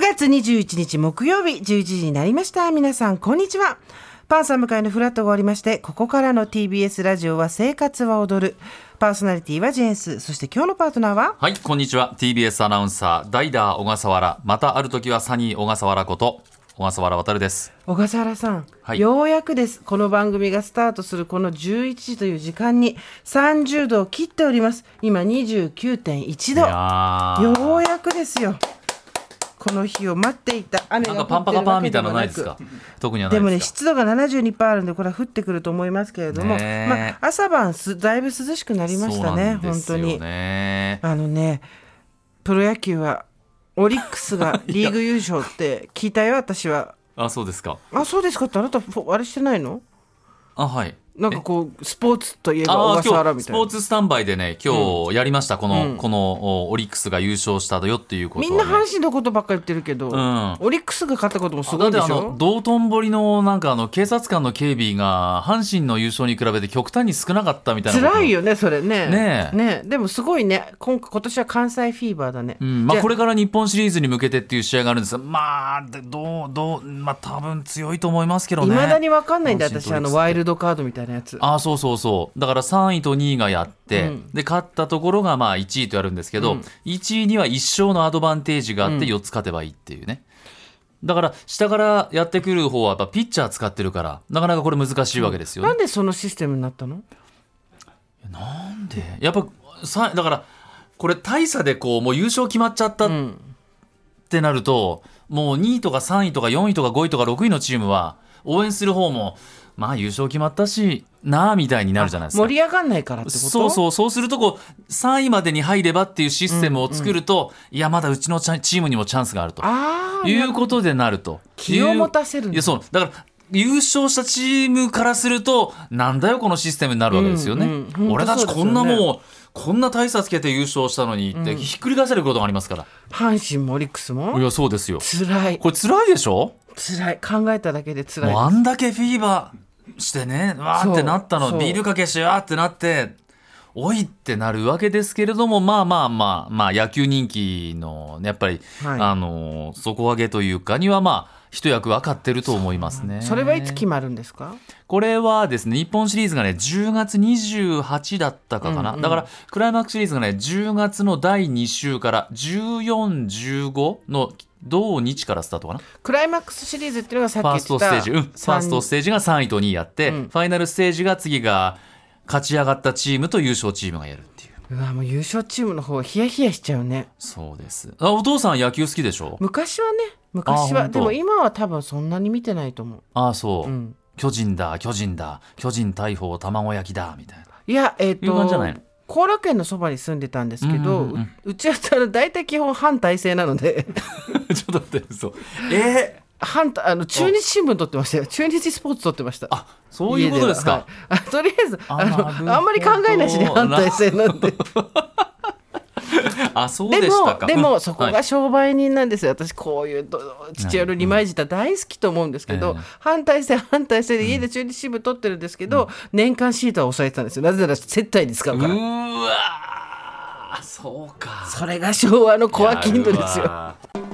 月21日木曜日11時になりました。皆さん、こんにちは。パンサム会のフラットが終わりまして、ここからの TBS ラジオは生活は踊る。パーソナリティはジェーンス。そして今日のパートナーははい、こんにちは。TBS アナウンサー、ダイダー小笠原。またある時はサニー小笠原こと、小笠原渉です。小笠原さん、はいようやくですこの番組がスタートするこの11時という時間に30度を切っております今29.1い度やーようやくですよこの日を待っていた雨なんがか降っパンてパるカパわンけみでたいもなのなないですくか特にはなでいもでねすか湿度が72%あるんでこれは降ってくると思いますけれども、ねえまあ、朝晩すだいぶ涼しくなりましたねそうなんで本す当よにねあのねプロ野球はオリック スがリーグ優勝って聞いたよ私はあ、そうですか。あそうですかってあなたフォあれしてないのあ、はい。なんかこうスポーツといえば小あー笠原今み日スたいポーな。ツスタンバイでね、今日やりました、この、うんこのおオリックスが優勝したよっていうことみを、んね。な阪神のことばっかり言ってるけど、うんオリックスが勝ったこともすだごっいてであしのょ。道頓堀のなんかあの警察官の警備が阪神の優勝に比べて極端に少なかったみたいなこと辛いよねそれね。ねえでもすごいね今今年は関西フィーバーだね。うんまあ、じゃこれから日本シリーズに向けてっていう試合があるんですが、まあ、でどう、どう、まあ、多分強いと思いますけどね。未だにわかんないんだ阪神私とオあリックのスワイルドカードみたいなやつ。ああ、そうそうそう。だから3位と2位がやって、うんで、勝ったところがまあ1位とやるんですけど、うん1位には1勝のアドバンテージがあってうん4つ勝てばいいっていうね。だから、下からやってくる方はやっぱピッチャー使ってるから、なかなかこれ難しいわけですよねなん。でそのシステムになったの？なんでやっぱ、さだから、これ大差でこう、もう優勝決まっちゃったっうん。ってなるともう2位とか3位とか4位とか5位とか6位のチームは応援する方もまあ優勝決まったしなあみたいになるじゃないですか盛。り上がんないからってこと？そうそうそうするとこう3位までに入ればっていうシステムを作ると、いやまだうちのチャチームにもチャンスがあるとああ。いうことでなると気を持たせるんだいやそうだから優勝したチームからするとなんだよこのシステムになるわけですよね、うんうん本俺当たそちうですこよねんなもうこんな大差つけて優勝したのにってひっくり返されることがありますから、阪神もオリックスもいやそうですよ辛いこれ辛いでしょ辛い考えただけで辛い。もうあんだけフィーバーしてねわーってなったそうそのうビールかけしわーってなっておいってなるわけですけれどもまあまあまあまあ野球人気のねやっぱり、はいあのー底上げというかにはまあ一役分かってると思いますね。それはいつ決まるんですか？これはですね、日本シリーズがね、10月28だったかかな。うんうんだから、クライマックスシリーズがね、10月の第2週から、14、15の同日からスタートかな。クライマックスシリーズっていうのがさっきファ言っースてトたステージ、うん、ファーストステージが3位と2位やって、うんファイナルステージが次が勝ち上がったチームと優勝チームがやるっていう。うわもう優勝チームの方ヒヤヒヤしちゃうねそうです。あ、お父さん野球好きでしょ昔はね昔は本当でも今は多分そんなに見てないと思ああ、そう、う、うん、巨人だ、巨人だ、巨人大砲、卵焼きだ、みたいな。 いやえっ、いう感じじゃなとい後楽園のそばに住んでたんですけど、ううんうんうんちはあの大体基本反体制なので ちょっと待って、そう。えー反対あの中日新聞撮ってましたよ中日スポーツ撮ってましたあ、そういうことですか。家でははいあとりあえずああなるほのどあんまり考えないしね反体制なん であ、そうででしたもか。でもうんそこはがい商売人なんですよ、私こういうど父親の二枚舌大好きと思うんですけど、ええ反対性反対性で家で中日新聞取ってるんですけど、年間シートは抑えてたんですよなぜなら接待に使ううから、ーわー、そうか。それが昭和のコアキングですよやるわ